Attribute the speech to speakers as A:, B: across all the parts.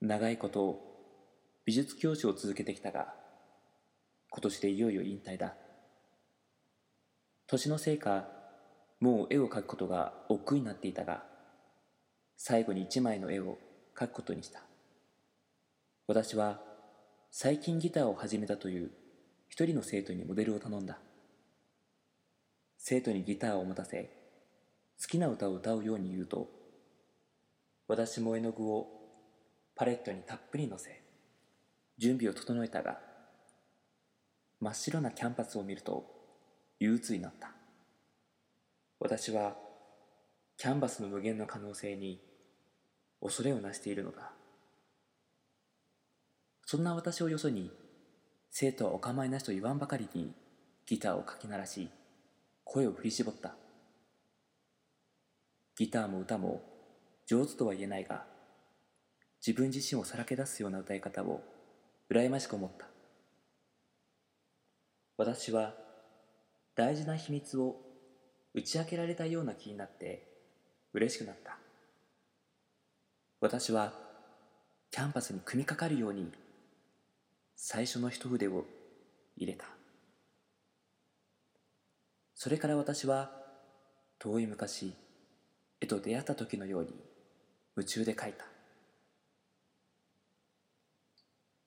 A: 長いこと美術教師を続けてきたが今年でいよいよ引退だ年のせいかもう絵を描くことが億劫になっていたが最後に一枚の絵を描くことにした私は最近ギターを始めたという一人の生徒にモデルを頼んだ生徒にギターを持たせ好きな歌を歌うように言うと私も絵の具をパレットにたっぷりのせ準備を整えたが真っ白なキャンパスを見ると憂鬱になった私はキャンバスの無限の可能性に恐れをなしているのだそんな私をよそに生徒はお構いなしと言わんばかりにギターをかき鳴らし声を振り絞ったギターも歌も上手とは言えないが自分自身をさらけ出すような歌い方を羨ましく思った私は大事な秘密を打ち明けられたような気になって嬉しくなった私はキャンパスに組みかかるように最初の一筆を入れたそれから私は遠い昔絵と出会った時のように夢中で描いた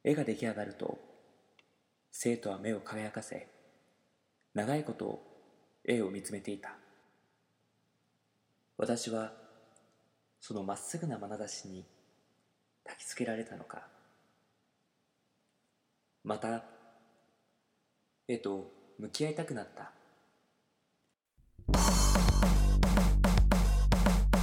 A: 絵が出来上がると生徒は目を輝かせ長いこと絵を見つめていた私はそのまっすぐな眼差しに焚きつけられたのかまた絵と向き合いたくなった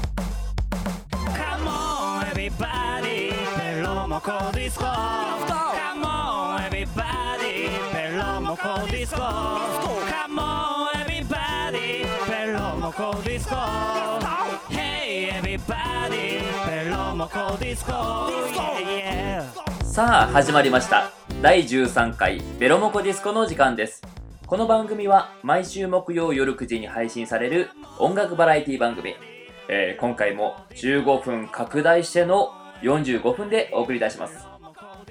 B: 「Come on everybody ベロモコディスコ」「Come on everybody ベロモコディスコ」「Come on everybody ベロモコディスコ」「Hey everybody ベロモコディスコ」Yeah, yeah.
A: さあ始まりました第13回ベロモコディスコの時間ですこの番組は毎週木曜夜9時に配信される音楽バラエティ番組、えー今回も15分拡大しての45分でお送りいたします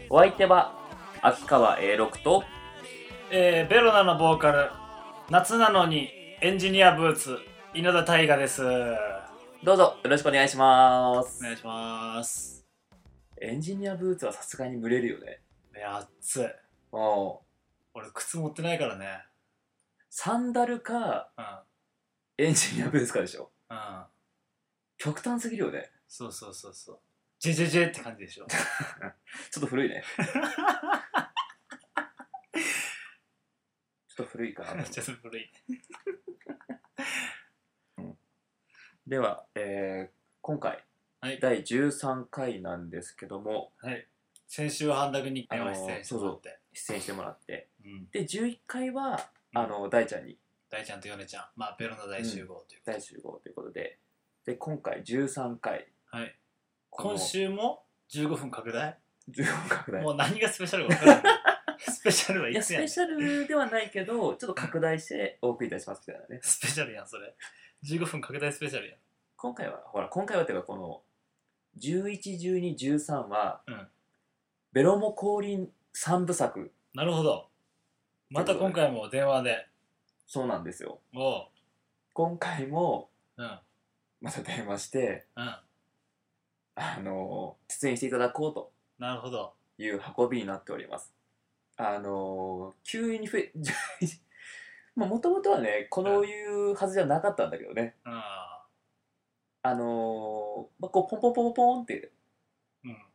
A: お相手は秋川 A6 と
C: えー、ベロナのボーカル夏なのにエンジニアブーツ稲田大我ですお
A: どうぞよろしくお願いします
C: 願いします
A: エンジニアブーツはさすがに蒸れるよね
C: いや暑い
A: あ
C: 俺靴持ってないからね
A: サンダルか
C: うん
A: エンジニアブーツかでしょ
C: うん
A: 極端すぎるよね
C: そうそうそうそうジェジェジェって感じ でしょ
A: ちょっと古いねちょっと古いかな
C: ちょっと古い
A: では、えー今回、
C: はい
A: 第13回なんですけども
C: 先週は半田君に電
A: あ
C: 話
A: のー
C: 出演してもらって
A: 出演してもらって
C: うん
A: で11回は
C: うん
A: あの大ちゃんに
C: 大ちゃんとヨネちゃんまあベロナ大集合ということで
A: 大集合ということでで今回13回
C: はい
A: この
C: 今週も15分拡大
A: 14拡大
C: もう何がスペシャルか分 からないスペシャルはいい
A: や
C: つ
A: ス
C: やね
A: ペ
C: ん
A: シャルではないけどちょっと拡大してお送りいたしますみたいなね
C: スペシャルやんそれ15分拡大スペシャルやん
A: 今回はほら今回はっていうかこの111213は、
C: うん
A: ベロモ降臨三部作
C: なるほど。また今回も電話で。
A: そうなんですよ
C: おう。
A: 今回も
C: うん。うん。
A: また電話して
C: な
A: あの出演していただこうと
C: るほど。
A: いう運びになっております。あのー急に増え、 もともとはね、このいうはずじゃなかったんだけどね、
C: あ
A: あのーまあ、こうポンポンポンポンって
C: ーうん。うん。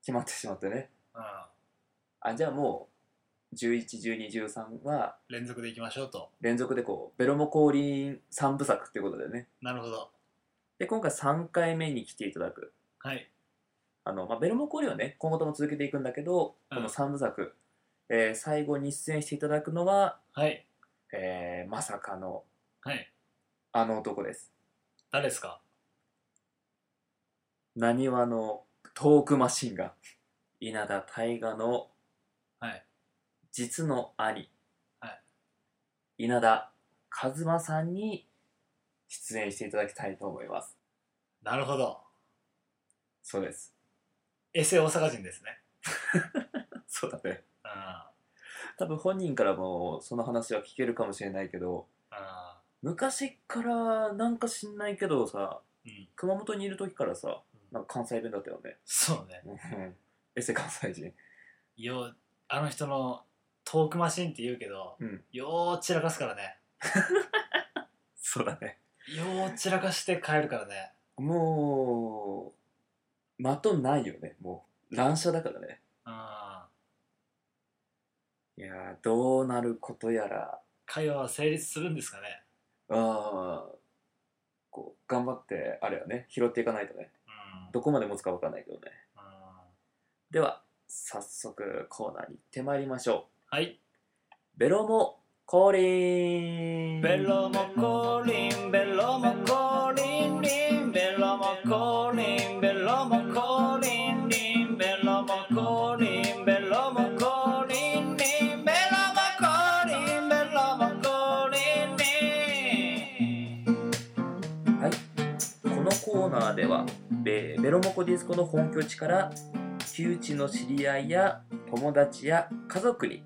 A: 決まってしまってね、あじゃあもう、11、12、13は
C: 連続でいきましょうと。
A: 連続でこう、ベロモ降臨3部作っていうことでね、
C: なるほど。
A: で今回3回目に来ていただく、
C: はい。
A: あのまあ、ベロモ降臨はね、今後とも続けていくんだけど、
C: うん
A: この3部作、えー最後に出演していただくのは、
C: はい。
A: えーまさかの
C: はい。
A: あの男です。
C: 誰ですか
A: なにわのトークマシンが稲田大我の
C: はい。
A: 実の兄、
C: は
A: 稲田和馬さんに出演していただきたいと思います
C: なるほど。
A: そうです
C: エセ大阪人ですね。
A: そうだね。
C: うん。
A: 多分本人からもその話は聞けるかもしれないけど、昔からなんか知んないけどさ、
C: うん。うん。
A: 熊本にいる時からさ、なんか関西弁だったよね。
C: そうね。
A: うんエセ関西人。
C: よう、あの人のトークマシンって言うけど、
A: うん。
C: よう散らかすからね。
A: そうだね。
C: よう散らかして帰るからね。
A: もう、的ないよね。もう、乱射だからね。
C: うん。
A: いやー、どうなることやら、
C: 会話は成立するんですかね。
A: あーこう、頑張って、あれはね、拾っていかないとね。
C: うん。
A: どこまで持つかわかんないけどね。
C: うん
A: では、早速コーナーに行ってまいりましょ
C: はい。
A: う。ベロモ降臨
C: ベロも降臨、ベロも降臨、リン、ベロも降臨、ベロも降臨、リン、ベロも降臨、ベロも降臨、リン、ベロも降臨、ベロも降臨、リン。
A: このコーナーではベベロモコディスコの本拠地から旧地の知り合いや友達や家族に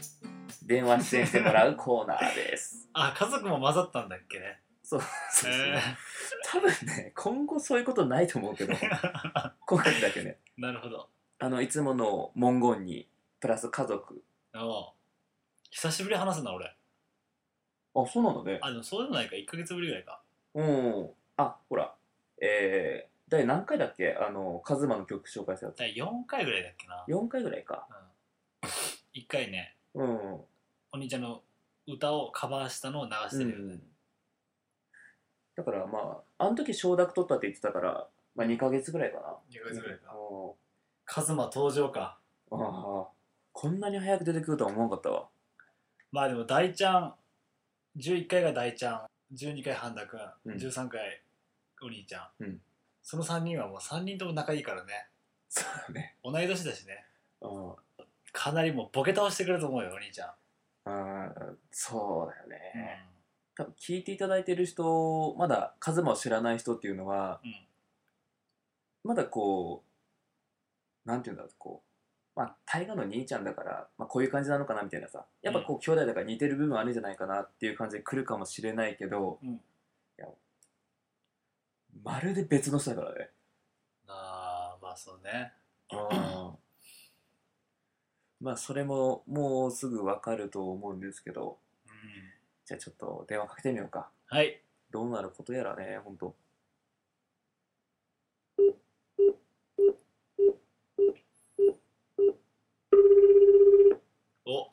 A: 電話出演してもらうコーナー です。
C: あ、家族も混ざったんだっけね。
A: そうそうそう多分ね今後そういうことないと思うけ ど今回だけね
C: なるほど。
A: あのいつもの文言にプラス家族
C: お久しぶりに話すな、俺。
A: あそうなんだね
C: あ、でもそうでもないか。1ヶ月ぶりぐらいか。
A: うんあほらえー、第何回だっけあのカズマの曲紹介したやつ
C: 第4回ぐらいだっけな。
A: 4回ぐらいか
C: 1回ね。
A: うん
C: お兄ちゃんの歌をカバーしたのを流してるよね、
A: だからまああの時承諾取ったって言ってたから、まあ、2ヶ月ぐらいかな
C: 2ヶ月ぐらいか
A: うん
C: カズマ登場か
A: ああこんなに早く出てくるとは思わなかったわ
C: まあでも大ちゃん11回が大ちゃん12回半田君、
A: うん
C: 13回お兄ちゃん、
A: うん
C: その3人はもう3人とも仲いいからね
A: そうだね
C: 同い年だしね
A: うん
C: かなりもうボケ倒してくれると思うよお兄ちゃん、
A: あーそうだよね、多分聞いていただいてる人まだカズマを知らない人っていうのは
C: うん
A: まだこうなんていうんだろうこうまあ大河の兄ちゃんだから、まあ、こういう感じなのかなみたいなさやっぱこう兄弟だから似てる部分あるんじゃないかなっていう感じで来るかもしれないけど、
C: うん
A: いやまるで別の人だからね
C: ああまあそうね
A: まあそれももうすぐわかると思うんですけど
C: うん
A: じゃあちょっと電話かけてみようか
C: はい
A: どうなることやらねほんと
C: お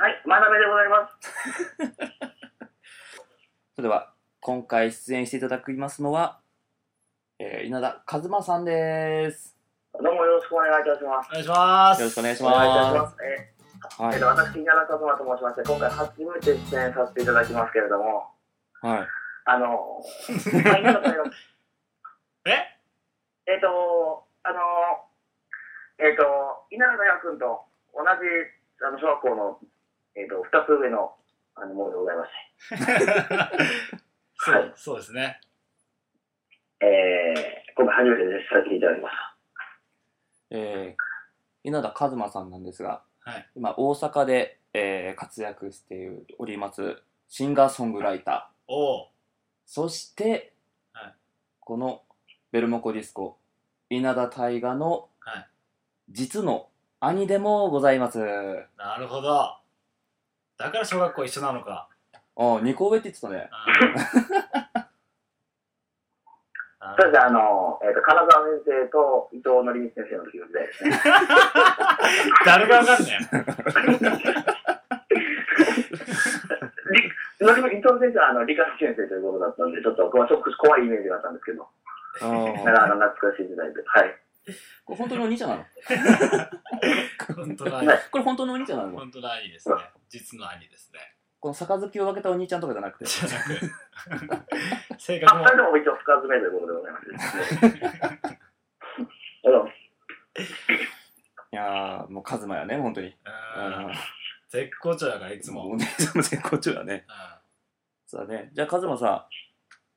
D: はい、まなめでございます。
A: それでは今回出演していただきますのは、えー稲田和馬さんです
D: どうもよろしくお願いいたします。
C: お願いします
A: よろしくお願いし
D: お願いいたし
A: ま
D: ます。え
A: すは
D: えっ
A: い
D: と、私、稲田和馬と申しまして、今回初めて出演させていただきますけれども、
A: はい
D: あ の、まあいいのかよ
C: え
D: えっと、あの、えっと、稲田大君と同じあの小学校の、えっと、二つ上の、あの、ものでございまし
C: そ
D: は
C: う
D: い
C: そうですね
D: て、えー、今回初めて出演させていただきました。
A: えー稲田和馬さんなんですが、
C: はい
A: 今大阪で、えー活躍しておりますシンガーソングライター
C: おう
A: そして、
C: はい
A: このベルモコディスコ稲田大河の
C: はい
A: 実の兄でもございます
C: なるほどだから小学校一緒なのか
A: あ2個上って言ってたね
C: あ ー
D: そうですね、あの、えっと、金沢先生と伊藤則光先生の時の時代ですね。
C: 誰がわかんね
D: 伊藤先生はあの理科先生ということだったんで、ちょっと僕はショック怖いイメージがあったんですけど、だか
A: あ
D: らあの懐かしい時代で、はい。
A: これ本当にお兄ちゃんなの
C: ん。本当の兄。
A: これ本当のお兄ちゃんなの
C: 本当の兄ですね。実の兄ですね。
A: この杯を分けたお兄ちゃんとかじゃなくて
C: じゃなく、 性格
D: あ
C: も
D: それでも一応深爪ということでございます、ね。あの
A: いやーもうカズマやね本当に
C: うん絶好調だから、いつも。
A: お 姉ちゃんも絶好調だね
C: う
A: そうだねじゃあカズマさ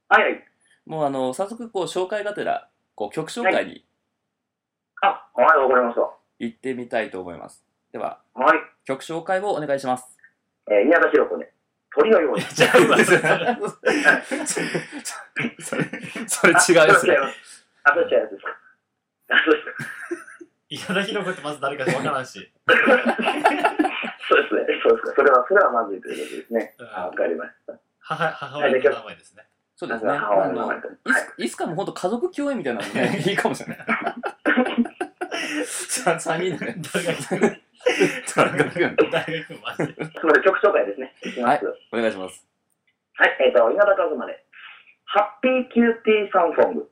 D: はいはい。
A: もうあの早速こう紹介がてらこう曲紹介に
D: あ、はい、わかりました。
A: 行ってみたいと思います。では、
D: はい。
A: 曲紹介をお願いします。
D: えー、宮田ひろ子ね。鳥のように。
A: ちゃうわ、それ。それ、 それ違うやつ
D: あそれ違います。あ、それ違うやつですか。あ、そうですか。
C: 宮田ひろ子ってまず誰かわからんし。
D: そうですね。そうですか。それは、それはまずいということですね。
C: うん
D: あ、わかりました。
C: 母母親の名前ですね。
A: そう
D: な
A: で
D: ん
A: すね。
D: か、母
A: あ
D: 親の名
A: の
D: 前
A: い
D: と。
A: ついつかも本当家族共演みたいなのもね、いいかもしれない。さ三人でね。
C: 誰が行く
A: 田中君
C: 誰が行くマジで。
D: つまり曲紹介ですね。いきます。
A: お願いします。
D: はい、えっ、と、稲田和馬で、ハッピーキューティーサンソング。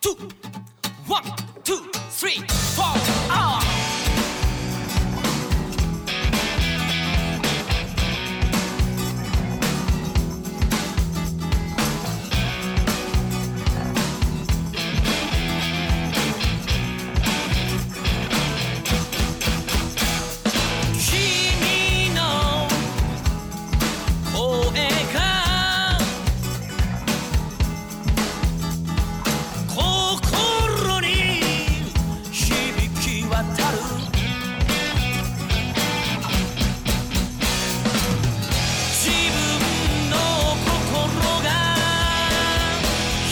E: two, one, two, three, four, ah! 君の声が心に響き渡る自分の心が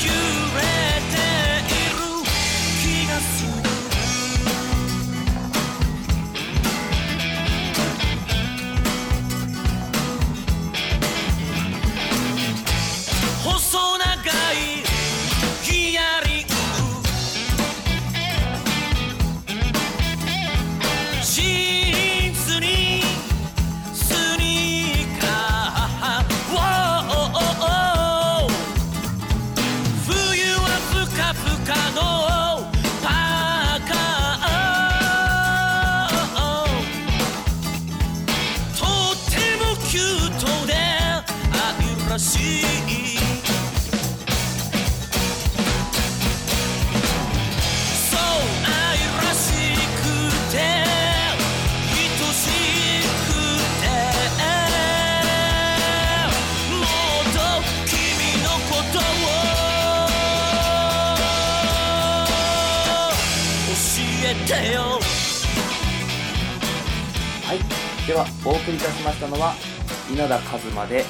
E: 揺れている気がする細長いヒアリングシーツにスニーカーウォー冬はふかふかのパーカーとってもキュートで愛らしいそう愛らしくて愛しくてもっと君のことを教えてよ
A: はい。では、お送りいたしましたのは、稲田和馬で、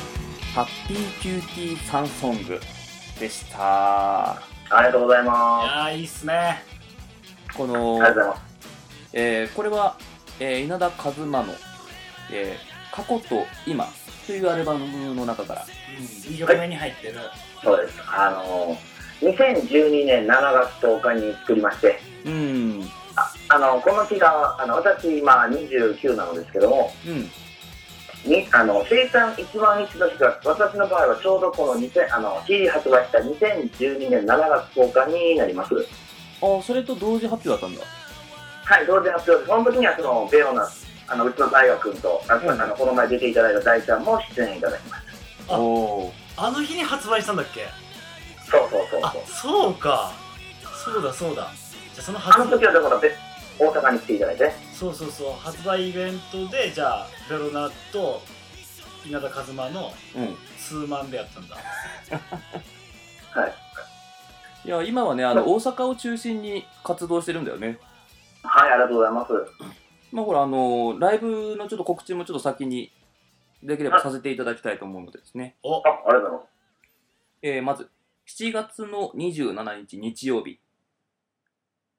A: ハッピーキューティーサンソングでした。
D: ありがとうござい
C: い
D: ま
C: やー、いいっすね。
A: こ
D: す。
A: の
D: ありが、とうございます。
A: えーこれは、えー稲田和馬の、えー過去と今というアルバムの中から、
C: うん、いい曲目に入ってる。
D: そうです。あの2012年7月10日に作りまして、
A: うん、うん、
D: あの、この日が、あの、私、今29なのですけども、にあの生誕一番一の日が私の場合はちょうどこの2000あの CD 発売した2012年7月10日になります
A: あ、それと同時発表だったんだ。
D: はい同時発表ですその時にはそのベオナあのうちの大学君とあ,、
A: うん
D: あのこの前出ていただいた大ちゃんも出演いただきまし
C: あ
A: おー
C: あの日に発売したんだっけ
D: たそうそうそう
C: あ
D: そう、
C: そうか。そうだそうだ。じゃあその
D: あ
C: 発
D: の時はだから別大阪に来ていただいて
C: そうそうそう、発売イベントで、じゃあ、ベロナと稲田和馬の
A: うん。
C: ツーマンでやったんだ。
A: いや、今はね、あの、大阪を中心に活動してるんだよね。
D: はいありがとうございます
A: まあ、ほら、あのーライブのちょっと告知もちょっと先に、できればさせていただきたいと思うのでですね。
C: お
D: あ、ありがとうございます
A: えーまず、7月の27日日曜日、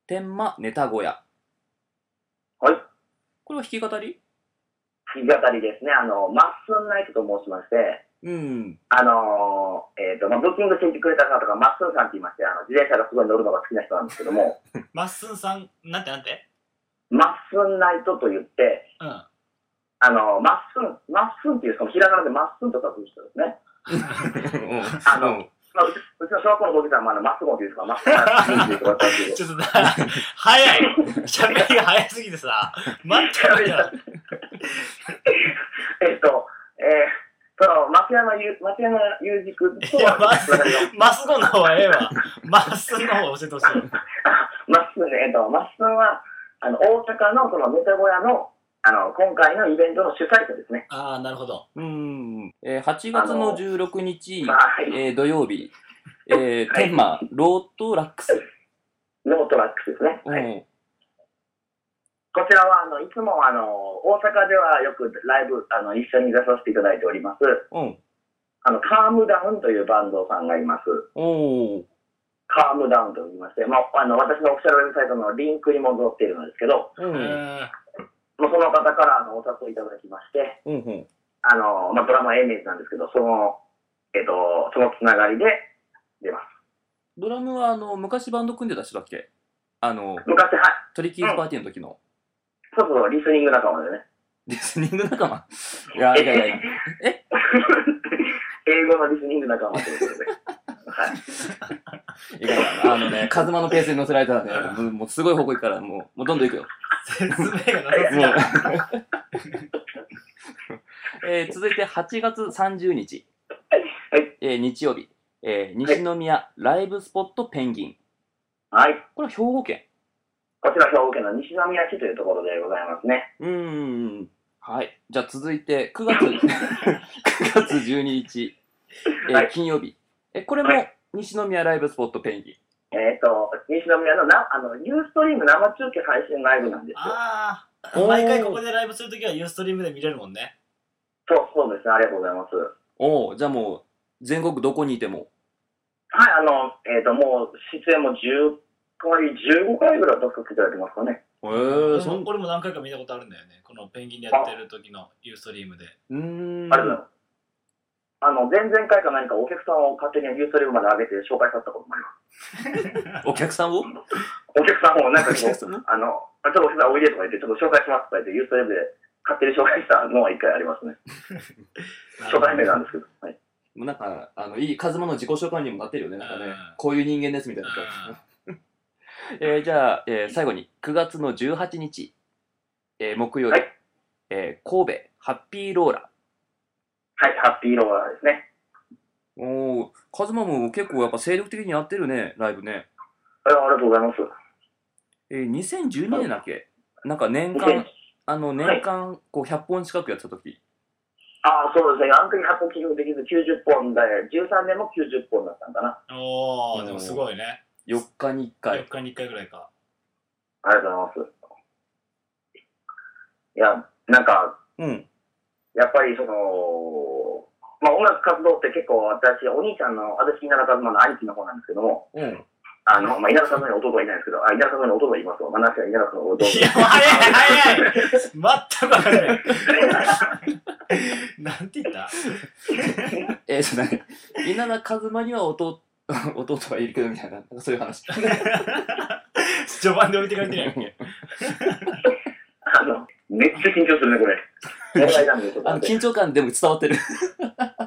A: 天満ネタ小屋。
D: はい
A: これは弾き語り
D: 弾き語りですねあのマッスンナイトと申しまして
A: うん。
D: あのえっ、と、まあ、ブッキングしてくれた方とか、マッスンさんって言いまして、あの、自転車がすごい乗るのが好きな人なんですけ ども、
C: マッスンさん、なんてなんて
D: マッスンナイトと言って、
C: うん。あ
D: あの、マッスン、マッスンっていう、そのひらがなでマッスンと書く人ですね。
A: あ
D: のまあ、うちうちの小学校の同級生は、まあ、マッスゴンっていうんですか、マッスンナイトっていう人がったんです
C: ちょっとな、早い喋りが早すぎてさ、待ってろよ。
D: けど、 えっと、えー、その、松山ゆ、松山裕二君と
C: いや
D: は、
C: マッスン
D: 私の
C: マスゴの方はええわ。マッスンの方教えてほしい。
D: マッスンね、えっと、マッスンは、あの、大阪の、その、ネタ小屋の、あの、今回のイベントの主催者ですね。
C: ああ、なるほど。
A: うん。えー8月の16日、
D: まあ、はい。
A: えー土曜日、えー、天満ロートラックス。
D: ノートラックスですね。はい
A: うん。
D: こちらはあのいつもあの大阪ではよくライブあの一緒に出させていただいております
A: うん。
D: あのカームダウンというバンドさんがいます
A: おー。
D: カームダウンと言いまして、まあ、あの私のオフィシャルウェブサイトのリンクにも載っているんですけど
A: うん。うん。
D: もうその方からあのお誘いいただきまして
A: うん。
D: あの、まあ、ドラマエイメージなんですけどその,、えっとそのつながりで出ます
A: ドラムは、あの、昔バンド組んでた人だっけあの、
D: 昔はい
A: トリキーズパーティーの時の
D: そうそうリスニング仲間でね
A: リスニング仲間。いやいやいやいや。
D: 英語のリスニング仲間ということではい
A: いかないなあのね、カズマのペースに乗せられたらね、もうもうすごい方向行くから、もう、もうどんどん行くよ。
C: 説明がなさ
A: もう えー続いて8月30日、
D: はい
A: えー日曜日、えー西宮ライブスポットペンギン。
D: はい
A: これは兵庫県。
D: こちら兵庫県の西宮市というところでございますね
A: うーん。はい。じゃあ続いて、9月、9月12日、えー
D: はい
A: 金曜日。え、これも
D: は
A: 西宮ライブスポットペンギン。
D: えっ、と、西宮のな、あの、ユーストリーム生中継配信ライブなんですよ。
C: ああ
A: おー
C: 毎回ここでライブするときはユーストリームで見れるもんね
D: そう、そうですね。ありがとうございます。
A: おおじゃあもう、全国どこにいても。
D: はい、あの、えっ、と、もう、出演も10回、15回ぐらい出させていただいてますかね。
A: ええ
C: 俺
A: そん
C: も、俺も何回か見たことあるんだよねこのペンギンでやってる時のユーストリームで
A: うーん。
D: ありがとうございます。あの、前々回か何かお客さんを勝手にユーストリームまで上げて紹介させたこともあります。
A: お客さんを
D: お客さんをなんか
A: お
D: こう
A: 客、さんの
D: あの、あちょっとお客さんおいでとか言って、ちょっと紹介しますとか言って、ユーストリームで勝手に紹介したのは一回ありますね。初対面なんですけど。はい。
A: もうなんか、あの、いい、カズマの自己紹介にもなってるよね。なんか
C: う
A: ね
C: ん、
A: こういう人間ですみたいな感じ。えーじゃあ、えー最後に、9月の18日、えー木曜日、
D: はい
A: えー神戸ハッピーローラ。
D: はい、ハッピーローラーですね。
A: おお、カズマも結構やっぱ精力的にやってるね、ライブね。
D: あありがとうございます。
A: えー、2012年だっけなんか年
D: 2000
A: 間、あの、年間、こう、100本近くやってた時。
D: ああ、そうですね。あの時発行記録できず90本で、13年も90本だったんかな。
C: おおでもすごいね
A: 4日に1
C: 4
A: 回。
C: 日に1回ぐらいか
D: ありがとうございます。いや、なんか、
A: うん。
D: やっぱりその、まあ音楽活動って結構私、お兄ちゃんの、私、稲田和馬の兄貴の方なんですけども、
A: うん。
D: あの、まあ稲田和馬に弟はいないんですけど、あ、稲田和馬に弟いますわ。話は稲田和馬の弟。
C: いや、早い早い全く早い。なんて言った
A: えー、そうだね。稲田カズマには弟、弟はいるけどみたいな、なんかそういう話。
C: 序盤で置いてかれてるやんけ。
D: あの、めっちゃ緊張するね、こ れ。問題なんで、ちょっと
A: あの、
D: 待って
A: 緊張感でも伝わってる。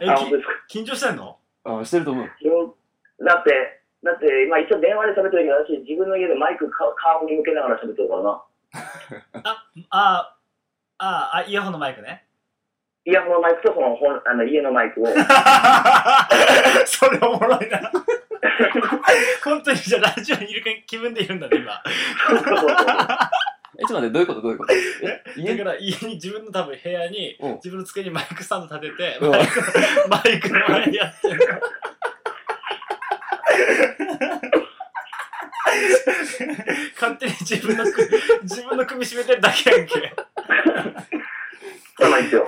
C: え
D: あ、本当ですか。
C: き緊張してんの
A: あしてると思う。
D: だって、だって、まあ一応電話で喋ってるけど、私、自分の家でマイクか顔に向けながら喋ってるからな。
C: あ、あ、あ、イヤホンのマイクね。
D: イヤホンのマイクとその本あの家のマイクを、そう
C: それおもろいな。 本当にじゃあラジオにいる気分でいるんだね、今。
D: そうそう
A: え、ちょっと待って、どういうことどういうことえ、
C: だか
A: 家
C: ら家に自分の多分部屋に
A: うん
C: 自分の机にマイクスタンド立てて、
A: うん
C: マイクマイクの前でやってる。勝手に自分の首自分の首絞めてるだけやんけ。
D: そうなんですよ。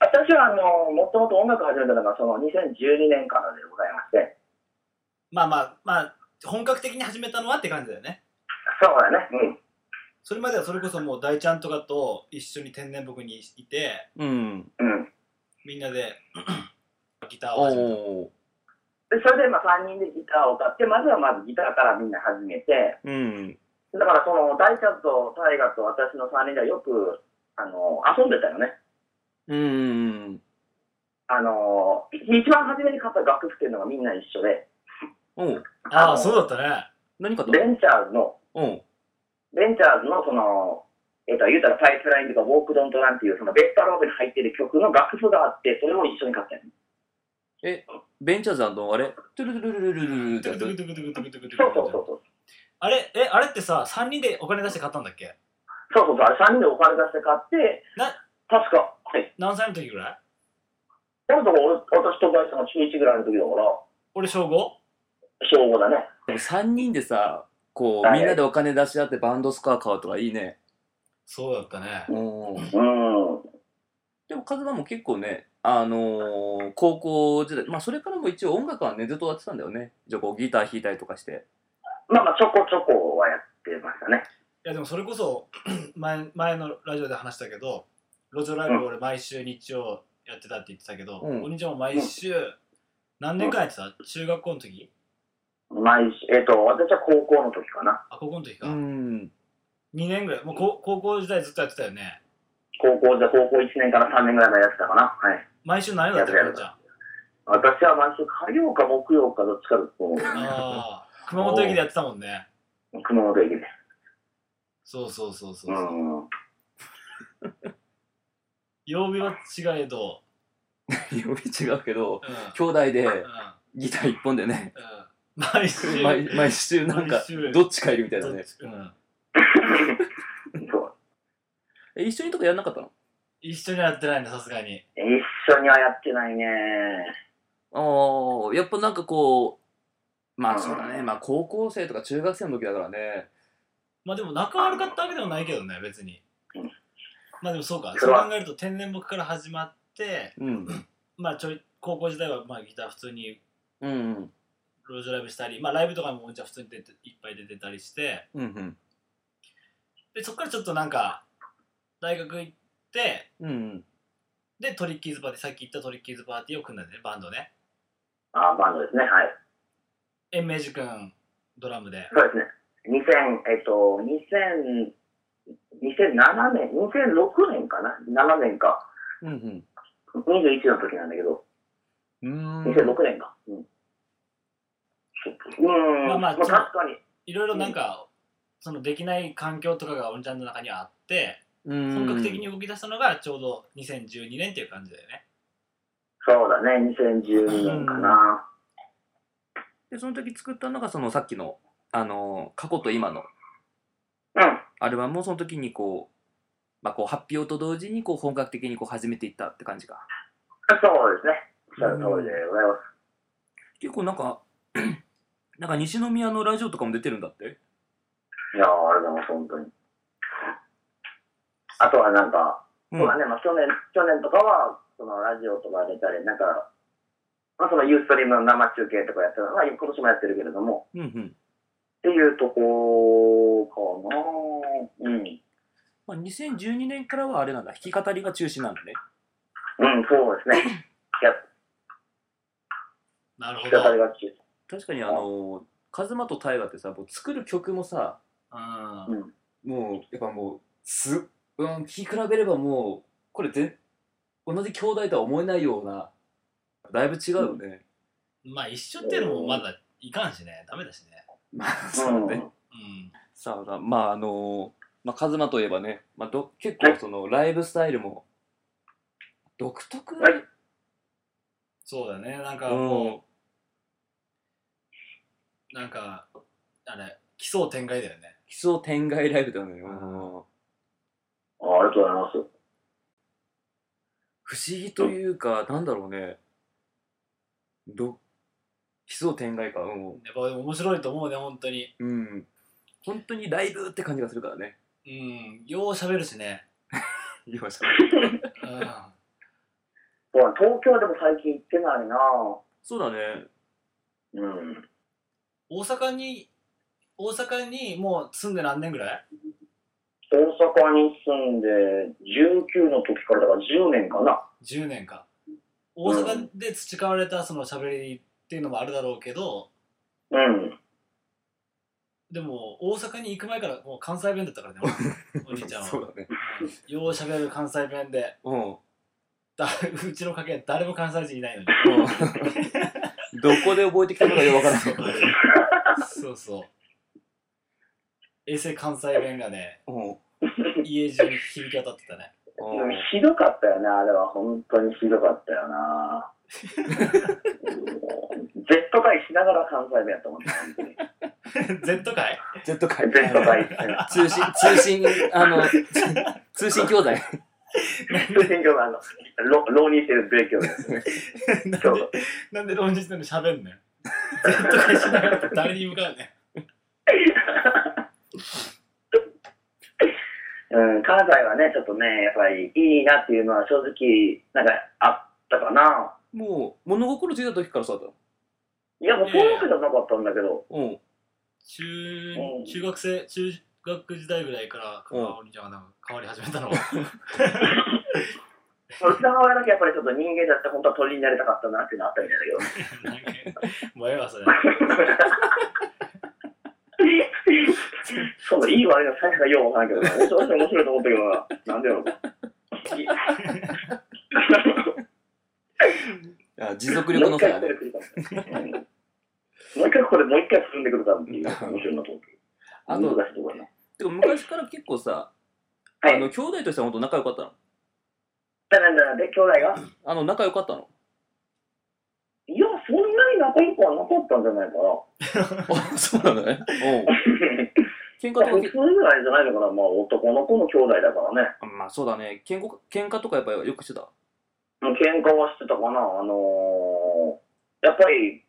D: 私はあの、もともと音楽始めたのがその2012年からでございまして、
C: まあまあまあ本格的に始めたのはって感じだよね。
D: そうだね、うん。
C: それまではそれこそもう大ちゃんとかと一緒に天然僕にいて
A: うん。
D: うん、
C: みんなでギターを始めた。
A: おー。
D: でそれでまあ3人でギターを買って、まずはまずギターからみんな始めて、
A: うん。
D: だからその大ちゃんと大河と私の3人ではよくあの遊んでたよね。
A: うん。
D: あの一番初めに買った楽譜っていうのがみんな一緒で、
A: おう
C: ああそうだったね。
A: 何かと
D: ベンチャーズの、
A: おう
D: ベンチャーズのその、えっ、と、言うたらパイプラインとかウォークドントランっていう、そのベッタローグに入ってる曲の楽譜があって、それを一緒に買ったよ。
A: ベンチャーズあの、あれトゥルルルルルルルルって
C: ト
A: や
C: ゥクト
A: つ
C: ゥクトゥクトゥクトゥクトゥク
D: そう
C: ト
D: そう
C: ゥク
D: そうそう。
C: あれえあれってさ3人でお金出して買ったんだっけ
D: そうそうそう、あれ3人でお金出して買って、
C: な
D: 確か、はい。
C: 何歳の時ぐらい
D: だから俺私と大さんが中1ぐらいの時だから、
C: 俺小 5?
D: 標語だね。
A: 3人でさ、こう、
D: はい
A: みんなでお金出し合ってバンドスコア買うとかいいね。
C: そうだったね。
A: うん。
D: うん。
A: でも、カズマも結構ね、あのー高校時代、まあ、それからも一応音楽はね、ずっとやってたんだよね。じゃあ、こう、ギター弾いたりとかして。
D: まあまあ、ちょこちょこはやってましたね。
C: いやでもそれこそ 前前のラジオで話したけど路上ライブ俺毎週日曜やってたって言ってたけど、
A: うん
C: お兄ちゃんも毎週何年間やってた中学校の時
D: 毎週、えっ、と、私は高校の時かな。
C: あ高校の時か、
A: うん。
C: 2年ぐらいもう高高校時代ずっとやってたよね
D: 高校で高校1年から3年ぐらいまでやってたかな。はい。
C: 毎週何曜だったの
D: や
C: お
D: るや
C: 兄
D: る
C: ちゃん
D: 私は毎週火曜か木曜かどっちかだと思
C: あー熊本駅でやってたもんね
D: う。熊本駅で。。
C: そうそうそうそうう、うん曜日は違えど、
A: 呼び違うけど、
C: うん
A: 兄弟で
C: うんうん、
A: ギター一本でね、
C: 毎週
A: 毎毎週なんか
C: 毎 週、
A: どっちかいるみたいな
C: どっ
A: ね。
C: ちうん
D: そう。
A: え、一緒にとかやんなかったの
C: 一緒にはやってないんださすがに
D: 一緒にはやってないね。
A: ああ、やっぱなんかこう、ま
D: う
A: あ
D: ん
A: そうだね、まあ高校生とか中学生の時だからね。
C: まあでも仲悪かったわけでもないけどね別に
D: うん
C: まあでもそうか
D: そ
C: そう
D: れは
C: 考えると天然木から始まって
A: うん。
C: まあちょい高校時代はまあギター普通に
A: うんうん。
C: 路上ライブしたりまあライブとかもじゃ普通に出ていっぱい出てたりして
A: うんうん。
C: でそっからちょっとなんか大学行って
A: うんうん。
C: でトリッキーズパーティーさっき言ったトリッキーズパーティーを組んだんだよねバンドね
D: あ、バンドですね。はい。
C: 延命寺くんドラムで
D: そうですね。2000、えっと、2000、2007年、2006年かな ?7 年か。
A: うん
D: 21の時なんだけど、
A: うん。うーん。
D: 2006年か。うん。うん。
C: まあまあ
D: 確かに。
C: いろいろなんかそのできない環境とかがおんちゃんの中にはあって
A: 本
C: 本格的に動き出したのがちょうど2012年っていう感じだよね
D: そうだね。2012年かな。
A: で、その時作ったのが、そのさっきの、あのー、過去と今の
D: うん。
A: アルバムをその時にこう、まあこう発表と同時にこう本格的にこう始めていったって感じか。
D: そうですね。おっしゃる通りでございます。
A: 結構なんか、 なんか西宮のラジオとかも出てるんだって
D: いやー、あれだも本当に。あとはなんか、
A: うん
D: そうだね、まあ去年、去年とかは、そのラジオとか出たり、なんか、まあそのユーストリームの生中継とかやってたのは、今年もやってるけれども、
A: うんうん。
D: っていうとこかなうん。うん、
A: まあ、2012年からはあれなんだ、弾き語りが中止なんだね。
D: そうですね。
C: なるほ
D: 引き
C: ど
D: 語りがち。
A: 確かにあのー、カズマとタイガってさ、もう作る曲もさ、
C: うん
A: もう、やっぱもう、す、うん、聴き比べればもう、これ全、同じ兄弟とは思えないような、だいぶ違うよね。
C: まあ一緒っていうのもまだいかんしね、ダメだしね。
A: まあ、 そうだね。
C: うん。
A: さあ、まああのー、まあカズマといえばね、まあど、結構その、ライブスタイルも、独特、
D: はい
C: そうだね、なんか
A: うん
C: も、う、なんか、あれ、奇想天外だよね。
A: 奇想天外ライブだよね。うん
D: うんあ。ありがとうございます。
A: 不思議というか、なんだろうね。ど、奇想天外か、うん。
C: やっぱ面白いと思うね、本当に。
A: うん。本当にライブって感じがするからね。
C: うん。よう喋るしね。
A: 言いまし
C: うん。
D: そうだ東京でも最近行ってないな
A: そうだね。
D: うん。
C: 大阪に、大阪にもう住んで何年ぐらい
D: 大阪に住んで、19の時からだから10年かな。
C: ?10 年か。大阪で培われたその喋りっていうのもあるだろうけど、
D: うん。
C: でも大阪に行く前からもう関西弁だった からね、お兄ちゃんは。
A: そうだね。
C: うんよう喋る関西弁で。
A: うん。
C: だうちの家系誰も関西人いないのに
A: うんどこで覚えてきたのかよくわからない。
C: そうそう衛星関西弁がね
A: うん。
C: 家中に響き渡ってたね
D: でも
A: うん
D: ひどかったよね、あれは本当にひどかったよな。Z 回しながら関西弁やと思った、本 当に。
C: Z 界
A: Z 回。
D: Z 回して、
A: 通 信、通信、あの、 通信教材。
D: 通信業があの、ろ浪人してる勉強で。
C: なんで
D: そう
C: なんで論日なのに喋んねん Z とかしながらって誰に向かうね
D: うん、関西はね、ちょっとね、やっぱりいいなっていうのは正直、なんかあったかな。
A: もう、物心ついた時からそうだっ
D: いや、もうそういうわけじゃなかったんだけ ど、
A: たの。うん。
C: 中
D: うん
C: 中学生中学時代ぐらいから香織ちゃんがなんか変わり始めた の
D: まあ歌川だけやっぱりちょっと人間だって本当は鳥になりたかったなっていうのあったみたいだけど。
C: もうええわそれ
D: そうだ、いい悪いの最初がようわからんけどな、面白い面白いと思ったけどな、なんでやろう。
A: あ持続力の差やね。
D: うんもう一回これ、もう一回進んでくるからっていう、面白いなと思って。
A: あと、
D: 難しいところやな。
A: てか昔から結構さ、あ
D: はい
A: の、兄弟としては本当仲良かったの。
D: だからなんだ、で、兄弟が
A: あの、仲良かったの。
D: いや、そんなに仲良くはなかったんじゃないかな。
A: あ、そうなんだね。うん。喧嘩と
D: まあ
A: か
D: 普通
A: け、
D: ぐらいじゃないのかな、まあ、男の子の兄弟だからね。
A: まあそうだね。喧嘩、喧嘩とかやっぱよくしてた。
D: 喧嘩はしてたかな、あのー、やっぱり、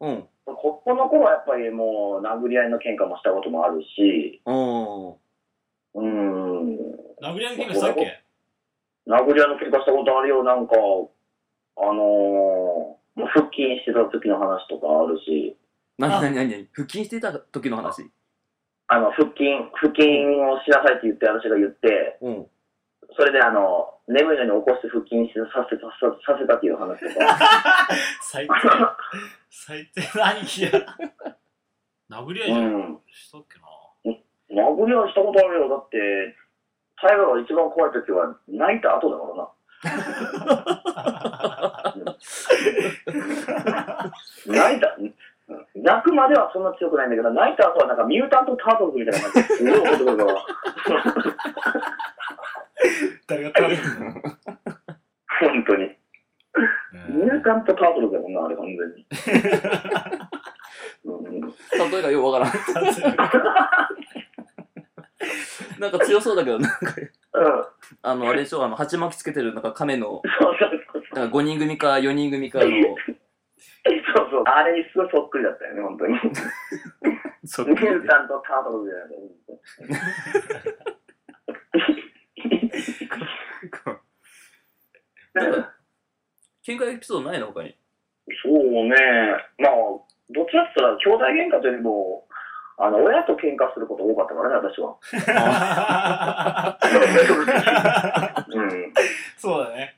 A: うん。
D: ここの頃はやっぱりもう殴り合いの喧嘩もしたこともあるし、
A: うん。
D: うーん、
C: 殴り合いの喧嘩したっけ
D: 殴り合いの喧嘩したことあるよ、なんか、あのー、もう腹筋してた時の話とかあるし、
A: なになになになに腹筋してた時の話。
D: あの、腹筋、腹筋をしなさいって言って、私が言って、
A: うん。
D: それであの、眠いのに起こして腹筋してさせた、ささせたっていう話とか。
C: 最低 最低な兄貴や殴り合いじゃ
D: う
C: ん
D: ん。
C: したっけな
D: 殴り合いしたことあるよ。だって、最後が一番怖い時は泣いた後だからな。泣いた、泣くまではそんな強くないんだけど、泣いた後はなんかミュータントタートルズみたいな感じですごい怒ってくるから。
C: 誰が食べる
D: 本当に。ミュータントタートルズだもんな、あれ完全に。うん
A: 例えがようわからん。 なんか強そうだけど、なんか、
D: うん、
A: あの、あれでしょ、あの、鉢巻きつけてる、なんか亀の、
D: そうそうそうそう。
A: なんか5人組か4人組かの、
D: そうそう。あれにすごいそっくりだったよね、本当に。
A: そっ
D: ミ
A: くり
D: ュー
A: で
D: タントタートルズじゃないか。
A: なんか、喧嘩エピソードないの他に。
D: そうね、まあ、どちらかというと、兄弟喧嘩というよりも、あの、親と喧嘩すること多かったからね、私は。うん。
C: そうだね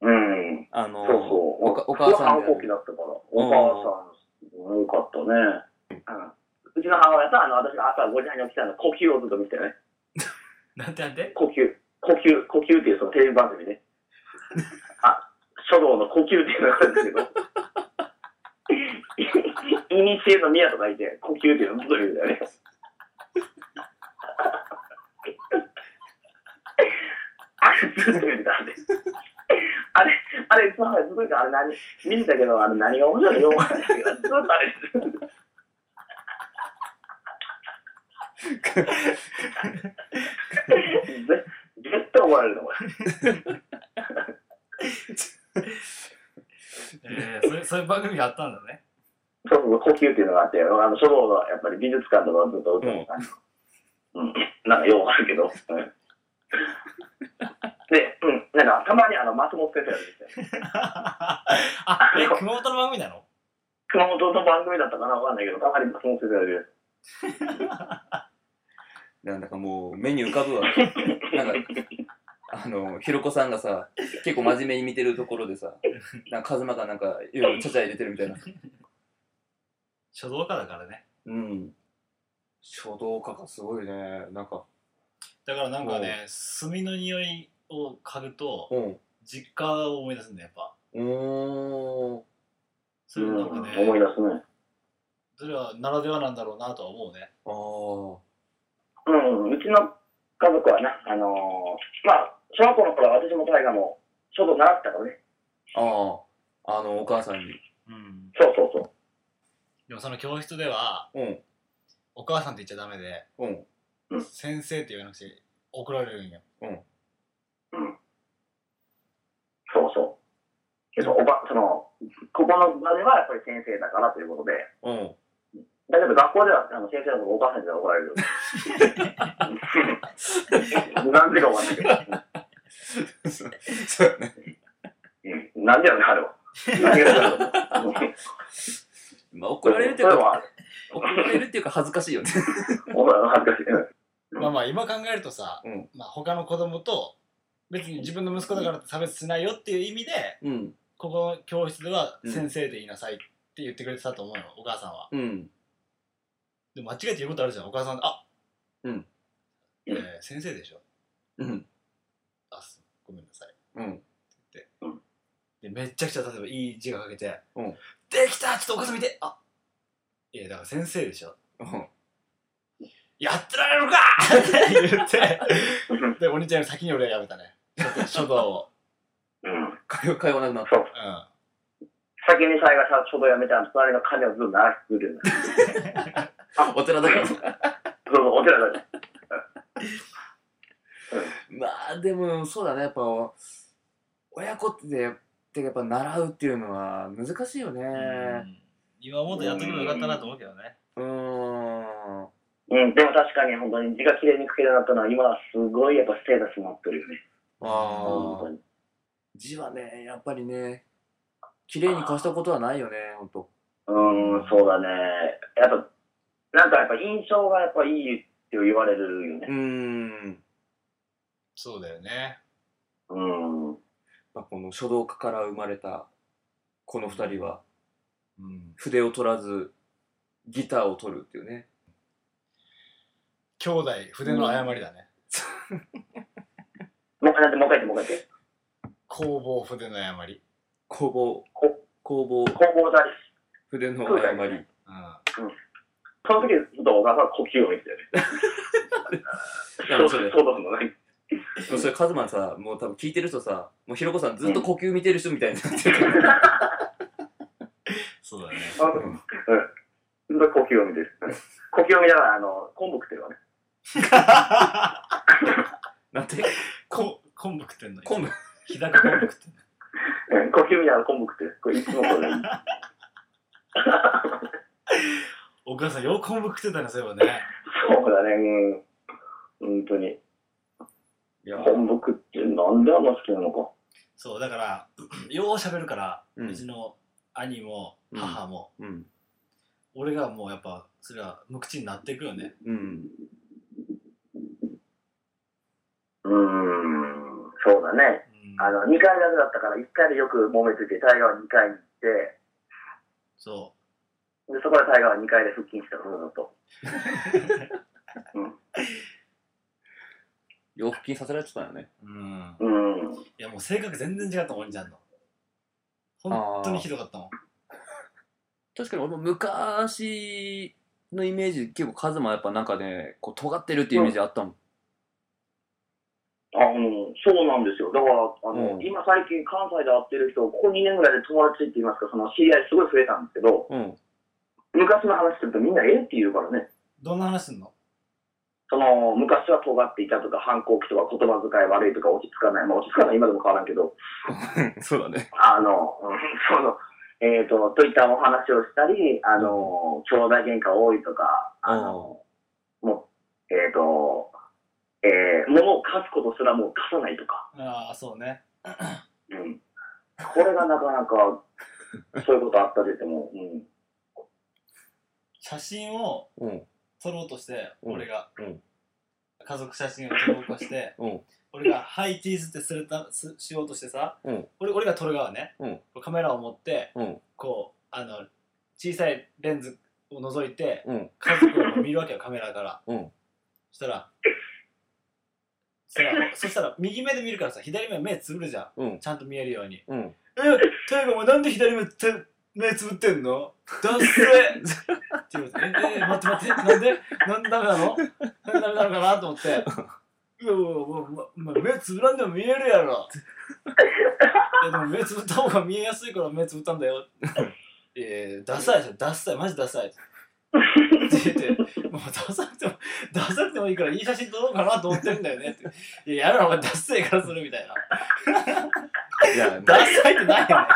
D: うん。
A: あの、
D: そうそう。
A: おかお母さん
D: 僕は反
A: で
D: 抗期だったから。お母さん、多かったね。うん。うちの母親と、あの、私が朝5時半に起きたの、呼吸をずっと見てたよね。
C: なんてなんて
D: 呼吸、呼吸、呼吸っていうそのテレビ番組ね。あ、書道の呼吸っていうのがあるんですけど。 いにしえの宮とかいて、呼吸っていうのをずっと見てたよね。 あれ、ずっと見てたんで。あれ、あれ、そう、ずっと見てたあれ何、見てたけど、あれ何が面白いのよ、わかんないけどずっとあれ。ぜ絶対怒られるの、これ。
C: えー、そういうそういう番組があったんだね
D: そうそう、呼吸っていうのがあって、あの書道のやっぱり美術館とかずっと歌の感じ。うん。 なんかようあるけど。うんで、うん、なんかたまにあの松本先生が出てきて、
C: あえ熊本の番組なの
D: 熊本の番組だったかなわかんないけど、たまに松本先生が出て
A: なんだかもう目に浮かぶわ。なんか、あの、ひろこさんがさ、結構真面目に見てるところでさ、なんかカズマがなんかいろいろちゃちゃ入れてるみたいな。
C: 書道家だからね
A: うん。書道家がすごいね。なんか、
C: だからなんかね炭の匂いを嗅ぐと
A: うん。
C: 実家を思い出すんだよやっぱ
A: おー。
C: それなんか
D: きて、うん、思い
C: ね
D: 出すね。
C: それはならではなんだろうなとは思うね
A: あー。
D: うん、うちの家族はね、あのーまあ、小学校の頃は私も大河も書道習ってたからね。
A: ああ。あの、お母さんに。
C: うん
D: そうそうそう。
C: でもその教室では
A: うん。
C: お母さんって言っちゃダメで
A: うん。
C: 先生って言わなくて怒られるんよ
D: そうそけど、おば、その、ここの場ではやっぱり先生だからということで、
A: うん。
D: だけど学校ではあの先生のことおばあさんじゃ怒 られる。なんでかわかんないけど。
A: そうね。
D: うんなんでやねん、あれは。何がだろう。
A: まあ、怒られるってい
D: そうれ
A: か、
D: は、
A: 怒られるっていうか恥ずかしいよね。
D: おばあさん恥ずかしい。うん
C: まあまあ今考えるとさ、
A: うん
C: まあ他の子供と別に自分の息子だからって差別しないよっていう意味で
A: うん。
C: ここの教室では先生で言いなさいって言ってくれてたと思うよ、お母さんは
A: うん。
C: でも間違えて言うことあるじゃんお母さんあ
A: うん
C: えー先生でしょ
A: うん。
C: あすごめんなさい
A: うん。
C: でめっちゃくちゃ例えばいい字が書けて「
A: うん
C: できたちょっとお母さん見てあいやだから先生でしょ
A: うん。
C: やってられるか! 」って言ってでお兄ちゃんより先に俺はやめたねちょっと書道を
D: うん。
A: 会話、会話なくなっ
D: そ
C: う
D: う。
C: ん
D: 先に最後さ、ちょうどやめたら、隣の鐘をずっと鳴らし続けるんだ。
A: た。お寺だから。
D: そうそう、お寺だね。
A: まあでもそうだねやっぱ親子ってねってやっぱ習うっていうのは難しいよね
C: うん今もっとやっとけばよかったなと思うけどね
A: うーん
D: うん、でも確かに本当に字が綺麗に書けるようになったのは、今はすごいやっぱステータスになってるよね。
A: あ
D: 本
A: ー
D: 当に。
A: 字はねやっぱりね綺麗に貸したことはないよねほんと
D: うん、そうだね。やっぱ、なんかやっぱ印象がやっぱいいって言われるよ
A: うー
D: ね。
A: ん、
C: そうだよね
D: うん。
A: まあ、この書道家から生まれたこの二人は
C: うん
A: 筆を取らずギターを取るっていうね
C: 兄弟筆の誤りだね
D: もう一回やって、もう一回やって、もう一回やって。
C: 工房筆の誤り
A: 工房
D: こ
A: 工房
D: 工房大師。
A: 筆の
D: そうだ
A: 誤
D: よね
A: り
C: うん
D: その時、ちょっと小川さんは呼吸を見てたよね。
A: だからそれ
D: そうだもんね。
A: もうそれカズマンさもう多分聞いてる人さもうひろこさんずっと呼吸見てる人みたいになってるから
C: そうだね
D: あのうん。ずっと呼吸を見てる。うん呼吸を見ながら、あの、昆布食ってるわね。
A: なんて
C: こ昆布食ってんの
A: 昆布
C: 日高昆布食ってんの
D: うん呼吸を見ながら昆布食ってる。これいつもこれ。
C: お母さんよく昆布食ってたねそういえばね
D: そうだね、うん。本当に。
A: いや
D: 昆布食って、なんであんな好きなのか。
C: そうだから よう喋るから、
A: う
C: うんちの兄も
A: うん
C: 母も、
A: うん
C: 俺がもうやっぱそれは無口になっていくよね
A: うん
D: うーん。そうだね。
C: うん
D: あの、2回だけだったから、1回でよく揉めてて、タイガーは2回に行って、
C: そ
D: でそこでタイガーは2回で腹筋したから、ずっと。
A: 洋服にさせられてたよね
C: ううん
D: うん。
C: いやもう性格全然違ったもんお兄ちゃんの本当にひどかったもん
A: 確かに俺も昔のイメージ結構カズマやっぱなんかねこう尖ってるっていうイメージあったもん、
D: あの、そうなんですよ。だから、あの、
A: うん
D: 今最近関西で会ってる人、ここ2年ぐらいで友達って言いますか、その知り合いすごい増えたんですけど、
A: うん、
D: 昔の話するとみんなええって言うからね。
C: どんな話すんの
D: その、昔は尖っていたとか、反抗期とか、言葉遣い悪いとか、落ち着かない。まあ、落ち着かない今でも変わらんけど、
A: そうだね
D: あの、 うんその、えっ、と、といったお話をしたり、あの、兄弟喧嘩多いとか、あの、もう、えっ、と、えー、物を貸すことすらもう貸さないとか。
C: ああそうね
D: うんこれがなかなか、そういうことあったりしても、うん。
C: 写真を
A: うん
C: 撮ろうとして、
A: うん
C: 俺が、
A: うん
C: 家族写真を撮ろうとして、
A: うん
C: 俺が「ハイチーズ」ってするたすしようとしてさ、
A: うん
C: 俺俺が撮る側ね、
A: うん
C: カメラを持って
A: うん
C: こうあの小さいレンズを覗いて
A: うん
C: 家族を見るわけよカメラから、
A: うん
C: そしたらそしたらそしたら右目で見るからさ左目目つぶるじゃん
A: うん
C: ちゃんと見えるように
A: うん
C: 「えタイガお前なんで左目て目つぶってんのダッセーって言われて、え、え、待って待って、なんでなんでダメなのなんでダメなのかなと思って、いやいやいや、ま、ま目つぶらんでも見えるやろ。いやでも目つぶった方が見えやすいから目つぶったんだよ。えー、ダサいでしょ、ダッサい、マジダサい。って言って、もうダサくても、ダサくてもいいからいい写真撮ろうかなと思ってんだよねって。いや、やるのお前ダッサいからするみたいな。
A: いや
C: ダッサいってないよね。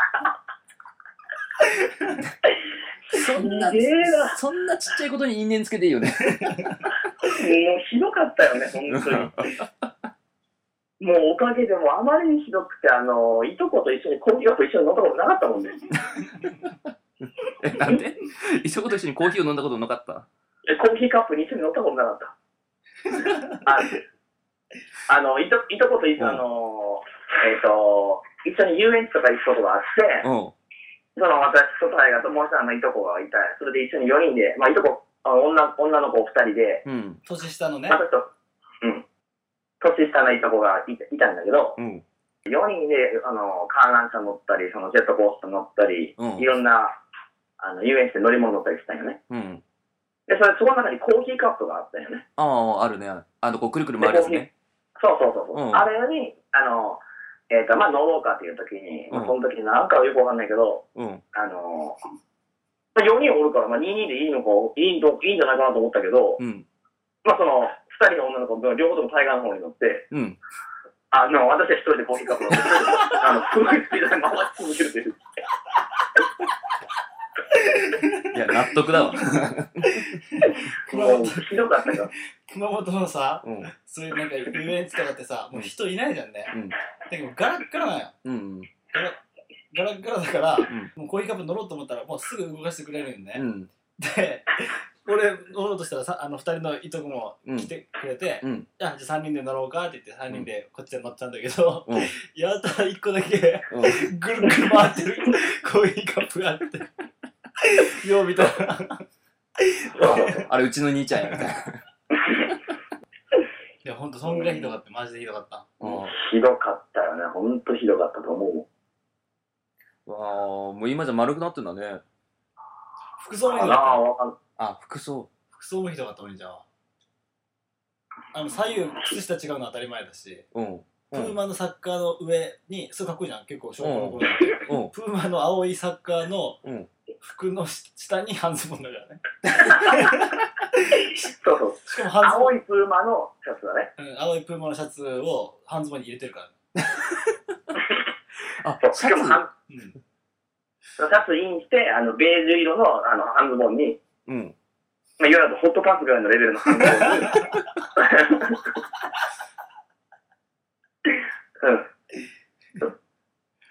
A: そんな
D: すげえな、
A: そんなちっちゃいことに因縁つけていいよね。
D: もうひどかったよね、本当 に。もうおかげでもうあまりにひどくて、あの、いとこと一緒にコーヒーを一緒に飲んだことなかったもんね。
A: えなんで一緒と一緒にコーヒーを飲んだことなかった
D: えコーヒーカップに一緒に乗ったことなかった。あ あの、いと、いとこと一緒
A: うん
D: あの、えっ、と、一緒に遊園地とか行くことがあって、
A: うん。
D: その私、外大がともう一人のいとこがいた。それで一緒に4人で、まあ、いとこ、あ女、女の子2人で、
A: うん。
C: 年下のね
D: まあ、ちょっと、うん。年下のいとこがいたいたんだけど、
A: うん。
D: 4人で、あの、観覧車乗ったり、そのジェットコースター乗ったり、
A: うん
D: いろんな、あの、遊園地で乗り物乗ったりしたんよね。
A: うん。
D: で、それ、そこの中にコーヒーカップがあったよね。
A: ああ、あるね。あの、こう、くるくる回るやつね。
D: そうそうそうそう、
A: うん
D: あれにあの、えーとまあ、飲もうかっていう時に、ま
A: う
D: あ、
A: ん
D: その時なんかよくわかんないけど、
A: うん。
D: あのまあ、4人おるから、まあ、2人でいいのかいいのいいんじゃないかなと思ったけど、
A: うん。
D: まあ、その2人の女の子両方とも対岸の方に乗って
A: うん。
D: あの私は1人でコーヒーカップを飲んで あのすごいスピードで回し続けるという
A: いや、納得だわ。
D: もうひどかったよ
C: 熊本のさ
A: うん。
C: そういうなんか遊園地とかってさもう人いないじゃんね、
A: うん
C: だけどガラッガラなんよ
A: うん。
C: ガラガラッガラだから、
A: ん
C: もうコーヒーカップ乗ろうと思ったらもうすぐ動かしてくれるんね、
A: うん。
C: で俺乗ろうとしたらさあの2人のいとこも
A: うん
C: 来てくれて、
A: うん。
C: あじゃあ3人で乗ろうかって言って3人でこっちで乗ったんだけど、
A: うん。
C: やたら1個だけ
A: うん。
C: ぐるぐる回って るコーヒーカップがあってよう見たら
A: あれ、うちの兄ちゃんやみたいな。
C: いやほんとそんぐらいひどかったマジでひどかった
A: うん。わ
D: ひどかったよね本当ひどかったと思う
A: あ、もう今じゃ丸くなってんだね。
C: 服装もひ
D: か
C: どかっ
D: な
C: た
D: わかん
A: あ、服装。
C: 服装もひどかったお兄ちゃんはあの左右靴下違うの当たり前だし、
A: うん。う
C: プー
A: ん。
C: マのサッカーの上にすごいかっこいいじゃん結構小学校の頃だって
A: うん。
C: プーマの青いサッカーの
A: うん
C: 服の下に半ズボンだからね。
D: そうそう
C: しかも半ズボ
D: 青いプーマのシャツだね
C: ン、うん、青いプーマのシャツを半ズボンに入れてるからね。
A: あ
D: そう、
A: シ
D: し
A: ャ
D: かも半
A: ツ。
C: うん、
D: シャツインして、あの、ベージュ色の、あの、半ズボンに、
A: うん。
D: まあ、いわゆるホットパンツぐらいのレベルの半ズボンに。 うん。そう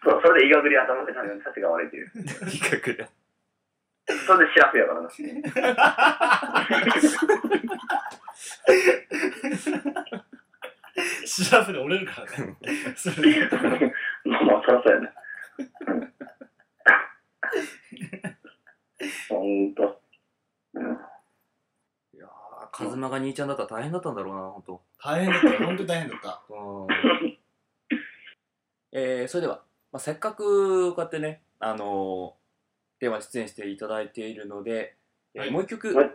D: そう、それでイガグリ頭でたのにシャツが悪いっていう。
A: 比較だ。
D: それでシラフやからな。
C: シラフで折れるから ね。それ
D: まあまあ、そらそうやね。ほんと。うん
A: いやー、カズマが兄ちゃんだったら大変だったんだろうな、ほんと。
C: 大変だった。本当に大変だった。
A: うん。えー、それでは、まあ、せっかくこうやってね、あのー、電話出演していただいているので、えー
C: はい
A: もう一曲、
D: はい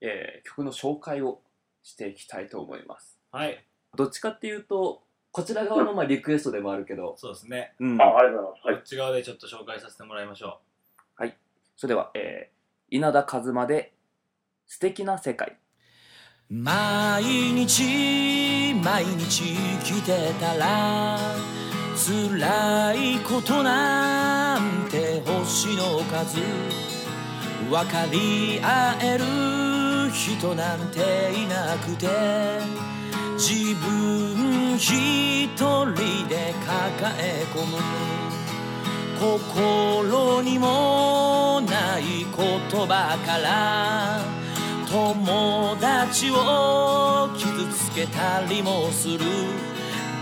A: えー曲の紹介をしていきたいと思います。
C: はい。
A: どっちかっていうと、こちら側のまあリクエストでもあるけど、
C: そうですね。
A: うん
D: あ、ありがとうござい
C: こっち側でちょっと紹介させてもらいましょ
A: それでは、えー、稲田和馬で、素敵な世界。
E: 毎日毎日生きてたら辛いことなんて星の数分かり合える人なんていなくて自分一人で抱え込む心にもない言葉から友達を傷つけたりもする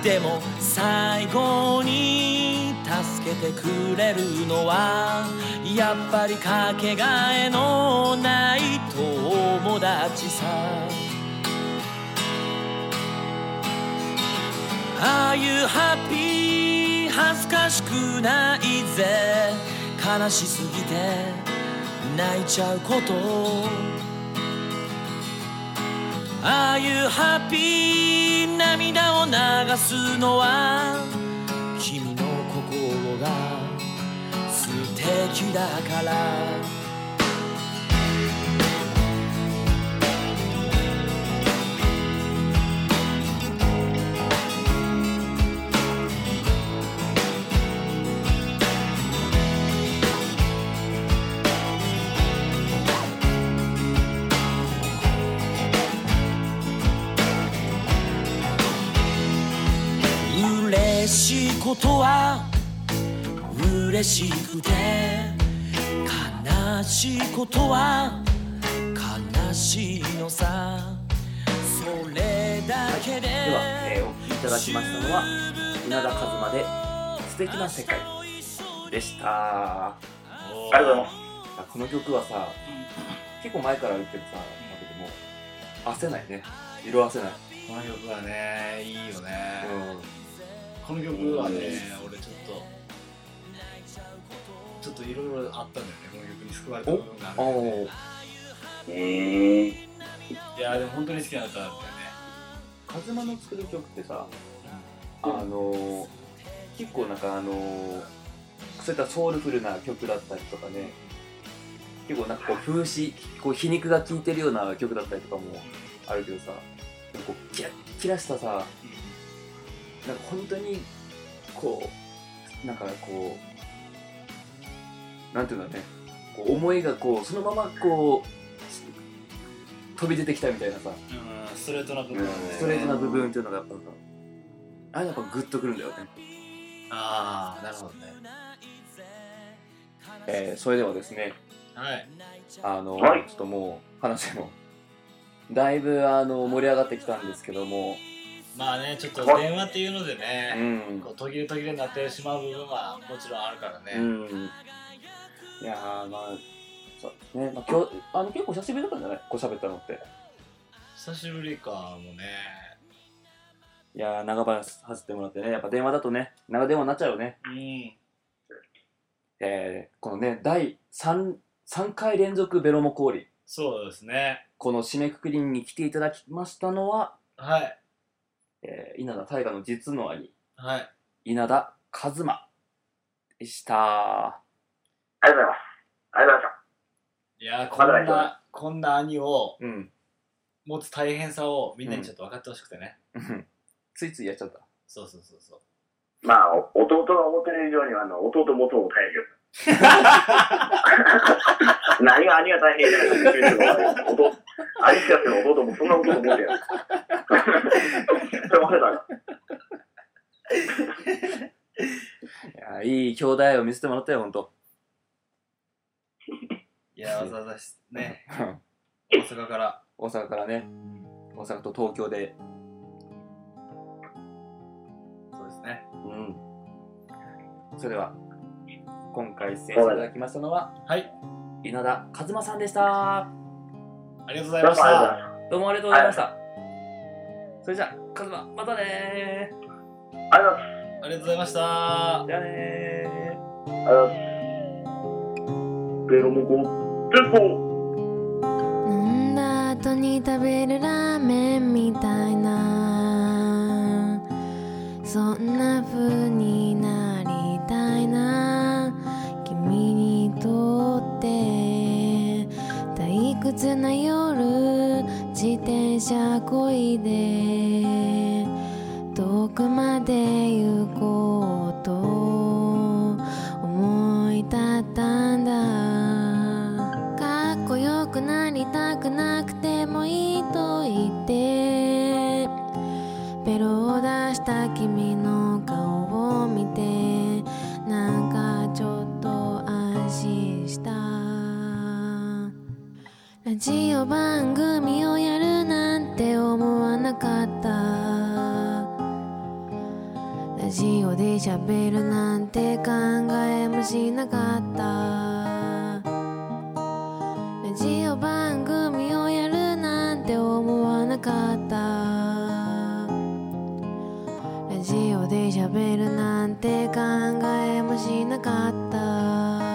E: でも最後に助けてくれるのはやっぱりかけがえのない友達さああいうハッピー恥ずかしくないぜ悲しすぎて泣いちゃうことああいうハッピー涙を流すのは君の心が素敵だから嬉しいことは嬉しくて悲しいことは悲しいのさそれだけで
A: では、えーお聴きいただきましたのは稲田和馬で「素敵な世界」でした
D: ありがとうございます
A: この曲はさ結構前から言ってるさだけどもう焦ないね色あせない、
C: この曲はねいいよね、
A: うん、
C: この曲はね俺ちょっとちょっといろいろあったんだよねこの曲に救われた部分があるんだよね
A: おー
D: うーん
C: いやでも本当に好きな歌だったよね
A: 和馬の作る曲ってさあのー、結構なんかあのー、そういったソウルフルな曲だったりとかね結構なんかこう風刺こう皮肉が効いてるような曲だったりとかもあるけどさなんかこうキラッキラしたさなんか本当にこうなんかこうなんていうんだろうねこう思いがこうそのままこう飛び出てきたみたいなさ
C: うんストレートな部分はね
A: ストレートな部分っていうのがやっぱさあれやっぱグッとくるんだよね、
C: ああなるほどね
A: えーそれではですね
C: はい
A: あの、
D: はい
A: ちょっともう話もだいぶあの盛り上がってきたんですけども
C: まあねちょっと電話っていうので
A: う
C: ね、
A: ん
C: こう途切れ途切れになってしまう部分はもちろんあるからね、
A: うんいやーまあそうですね、まあ、今日あの結構久しぶりだったんじゃないこう喋ったのって
C: 久しぶりかもね
A: いやー長話させてもらってねやっぱ電話だとね長電話になっちゃうよね
C: うん
A: えーこのね第 3, 3回連続ベロモ氷
C: そうですね
A: この締めくくりに来ていただきましたのは、
C: はい
A: えー稲田大河の実の兄
C: はい
A: 稲田和馬でした
D: ありがとうございます。ありがとうございました。
C: いやーこん
D: まだま
C: なこんな兄を
A: うん
C: 持つ大変さをみんなにちょっと分かってほしくてね、
A: うんついついやっちゃった
C: そうそうそうそう
D: まあ、お弟が思ってる以上には、あの、弟もとも大変何が兄が大変じゃないか。弟、兄貴やってる弟もそんなこと思って る。すいませんだが。
A: いやいい兄弟を見せてもらったよ、ほんと。
C: いやーわざわざしね大阪から
A: 大阪からね、大阪と東京で。
C: そうですね
A: うん。それでは、今回出演していただきましたのは、
C: はい
A: 稲田和馬さんでした。
C: ありがとうございました
A: どうもありがとうございました。それじゃあ、和馬、またね
D: ありがと
C: ありが
D: うございます。
C: とうございました
A: ー。じゃあねー。
D: Pero me gusta.
F: 飲んだ後に食べるラーメンみたいなそんな風になりたいな君にとって退屈な夜自転車こいで遠くまで行こうと思い立ったんだかっこよくなりたくなくてもいいと言ってベロを出した君の顔を見てなんかちょっと安心したラジオ番組をやるなんて思わなかったラジオで喋るなんて考えもしなかったラジオ番組をやるなんて思わなかったラジオで喋るなんて考えもしなかった